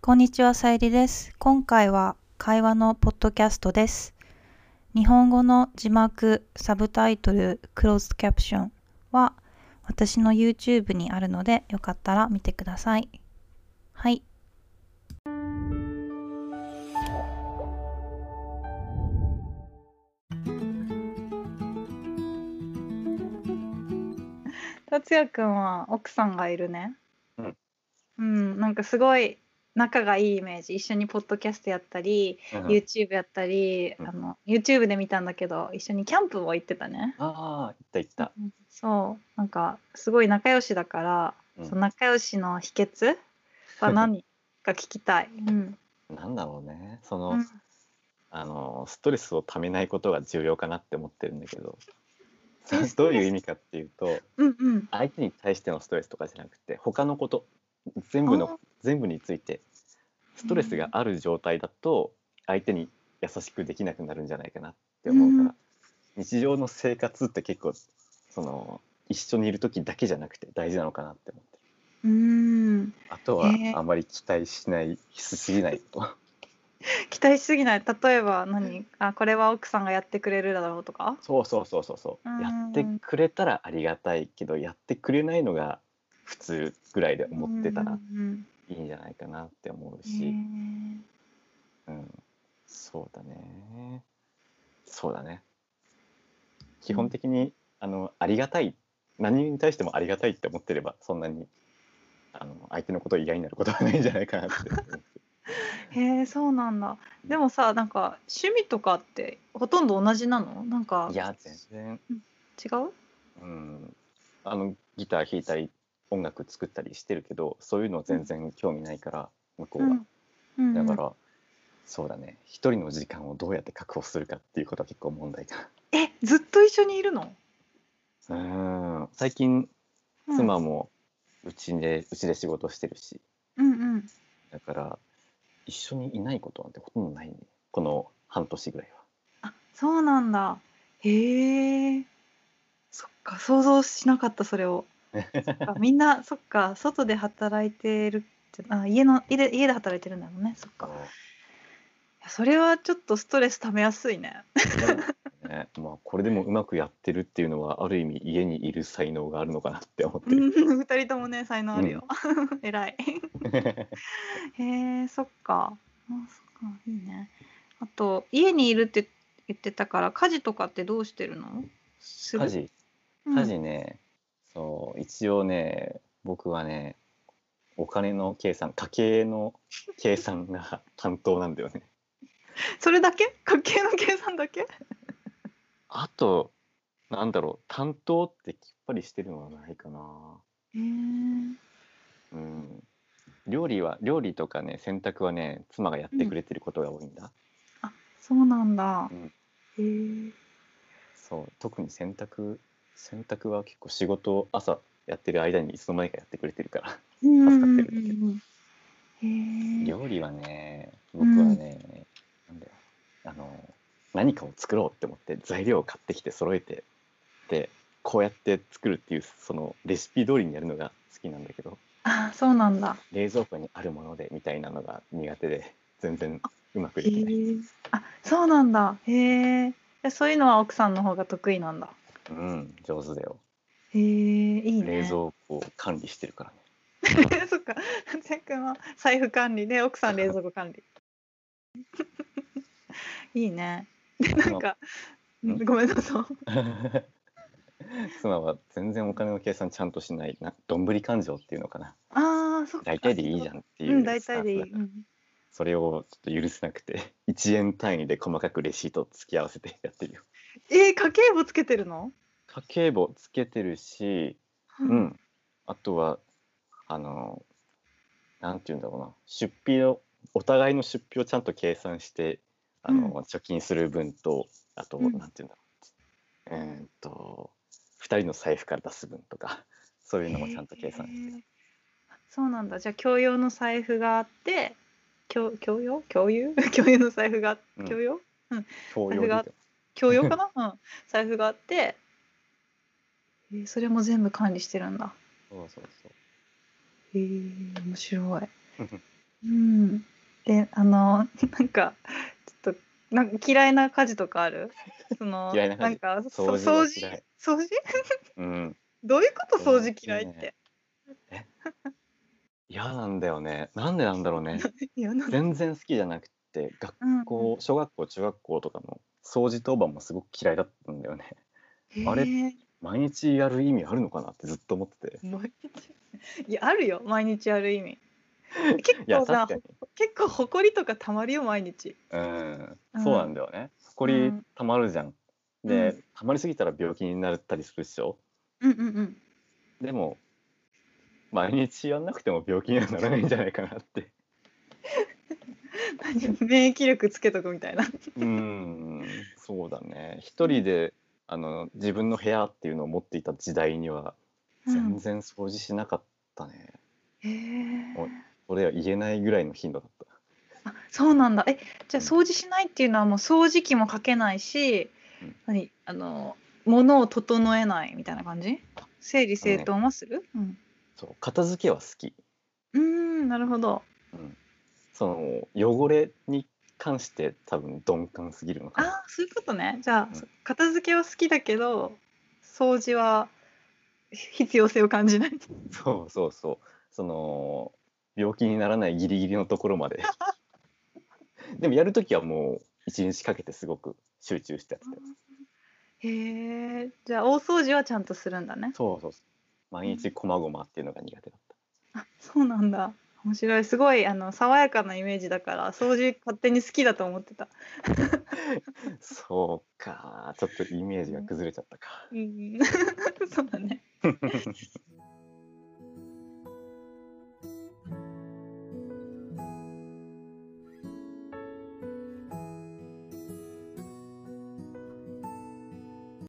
こんにちは、さゆりです。今回は会話のポッドキャストです。日本語の字幕、サブタイトル、クローズキャプションは私の YouTube にあるのでよかったら見てください。はい。達也くんは奥さんがいるね。うん。うん、なんかすごい仲がいいイメージ。一緒にポッドキャストやったり、YouTube やったり、うんあの YouTube で見たんだけど一緒にキャンプも行ってたねああ、行った行った。そうなんかすごい仲良しだから、うんその仲良しの秘訣は何か聞き たい、うんなんだろうね。その、うんあのストレスをためないことが重要かなって思ってるんだけど、 どういう意味かっていうと、うんうん相手に対してのストレスとかじゃなくて、他のこと全あ部ーの全部についてストレスがある状態だと相手に優しくできなくなるんじゃないかなって思うから、うん日常の生活って結構その一緒にいる時だけじゃなくて大事なのかなって思ってる。うーんあとはへーあまり期待しないしすぎないこと。期待しすぎない例えば何あこれは奥さんがやってくれるだろうとかそうそうそうそうそううんやってくれたらありがたいけどやってくれないのが普通ぐらいで思ってたらうんうんいいんじゃないかなって思ううし、んうん、そうだねそうだね基本的にあのありがたい何に対してもありがたいって思ってればそんなにあの相手のことを嫌になることはないんじゃないかなって思 うへえそうなんだでもさなんか趣味とかってほとんど同じなのなんかいや全然、違ううん、あのギター弾いたり音楽作ったりしてるけどそういうの全然興味ないから向こうは。うんだから、そうだね一人の時間をどうやって確保するかっていうことは結構問題かえずっと一緒にいるの、なうん最近うん、妻もうちでうちで仕事してるしうんうんだから一緒にいないことなんてほとんどないねこの半年ぐらいはあそうなんだへえそっか想像しなかったそれをそっ かみんなそっか外で働いてるってあ家の家で家で働いてるんだもんねそっかいやそれはちょっとストレスためやすいねそうね まあこれでもうまくやってるっていうのはある意味家にいる才能があるのかなって思ってうる、ん 二人ともね才能あるよ、 偉いへえそっかあそっかいいねあと家にいるって言ってたから家事とかってどうしてるのする家事うん家事ね、そう一応ね僕はねお金の計算家計 の計算が担当なんだよねそれだけ家計の計算だけあとなんだろう担当ってきっぱりしてるのはないかなへえうん料理は料理とかね洗濯はね妻がやってくれてることが多いんだ、そうなんだ。うんへえ。そう特に洗濯洗濯は結構仕事朝やってる間にいつの間にかやってくれてるからうんうん助うかんっうてるんだけどん。へえ。料理はね僕はね、なんだよあの何かを作ろうって思って材料を買ってきて揃えてでこうやって作るっていうそのレシピ通りにやるのが好きなんだけどあ、そうなんだ。冷蔵庫にあるものでみたいなのが苦手で全然うまくへできない、え。あ、そうなんだ。へえ。えそういうのは奥さんの方が得意なんだ。うん上手だよへえ、いいね。冷蔵庫を管理してるから ねそっか。千くんは財布管理で奥さん冷蔵庫管理。 いいね。なんか、うんごめんなさい。妻 妻は全然お金の計算ちゃんとしないなどんぶり勘定っていうのかなああ、そっか。大体でいいじゃんっていううん、大体でいスタンい。スだかうらんそれをちょっと許せなくて 1円単位で細かくレシートを付き合わせてやってるよえー、家計簿つけてるの？家計簿つけてるしうう。 んあとはあのなんて言うんだろうな出費をお互いの出費をちゃんと計算してあの、うん貯金する分とあと、うんなんて言うんだろうえーっと2人の財布から出す分とか そういうのもちゃんと計算してへーそうなんだじゃあ共用の財布があって共共用共 有共有の財布がうん共用、共用財布でが共用かな、うん、財布があって、えーそれも全部管理してるんだそうそうそうへえ面白いうん。で、あの、なんか、ちょっと、なんか嫌いな家事とかある。その、嫌いな家事んか、そ掃除は掃嫌い除、掃除、うん。どういうこと掃除嫌いって。嫌なんだよね。なんでなんだろうね。いや、なんか、全然好きじゃなくて、学うん、校、小学校、中学校とかの掃除当番もすごく嫌いだったんだよね。 あれへー毎日やる意味あるのかなってずっと思ってて。毎日いやあるよ毎日やる意味結いや、構さ確かに。結構ほこりとかたまるよ毎日うんうんそうなんだよね。ほこうりんたまるじゃん。うでん、たまりすぎたら病気になったりするっしょ。うんうんうんでも、毎日やんなくても病気にはならないんじゃないか なって。免疫力つけとくみたいなうん、そうだね。一人であの自分の部屋っていうのを持っていた時代には全然掃除しなかったね。へーお俺は言えないぐらいの頻度だっあそうなんだえじゃあうん掃除しないっていうのはもう掃除機もかけないし、うん何あの物を整えないみたいな感じ整理整頓はする、うんた。そう、片付けは好き。うーんなるほどうん、その汚れに関して多分鈍感すぎるのかあな。あそういうことねじゃあ、うん片付けは好きだけど掃除は必要性を感じないそうそうそう。その病気にならないギリギリのところま で。でもやるときはもう一日かけてすごく集中してやってたよ。へえじゃあ大掃除はちゃんとするんだねそうそうそう。毎日こまごまっていうのが苦手だっあそうなんだ面白いすごいあの爽やかなイメージだから掃除勝手に好きだと思ってたた。そう か。ちょっとイメージが崩れちゃったか。うんそうだね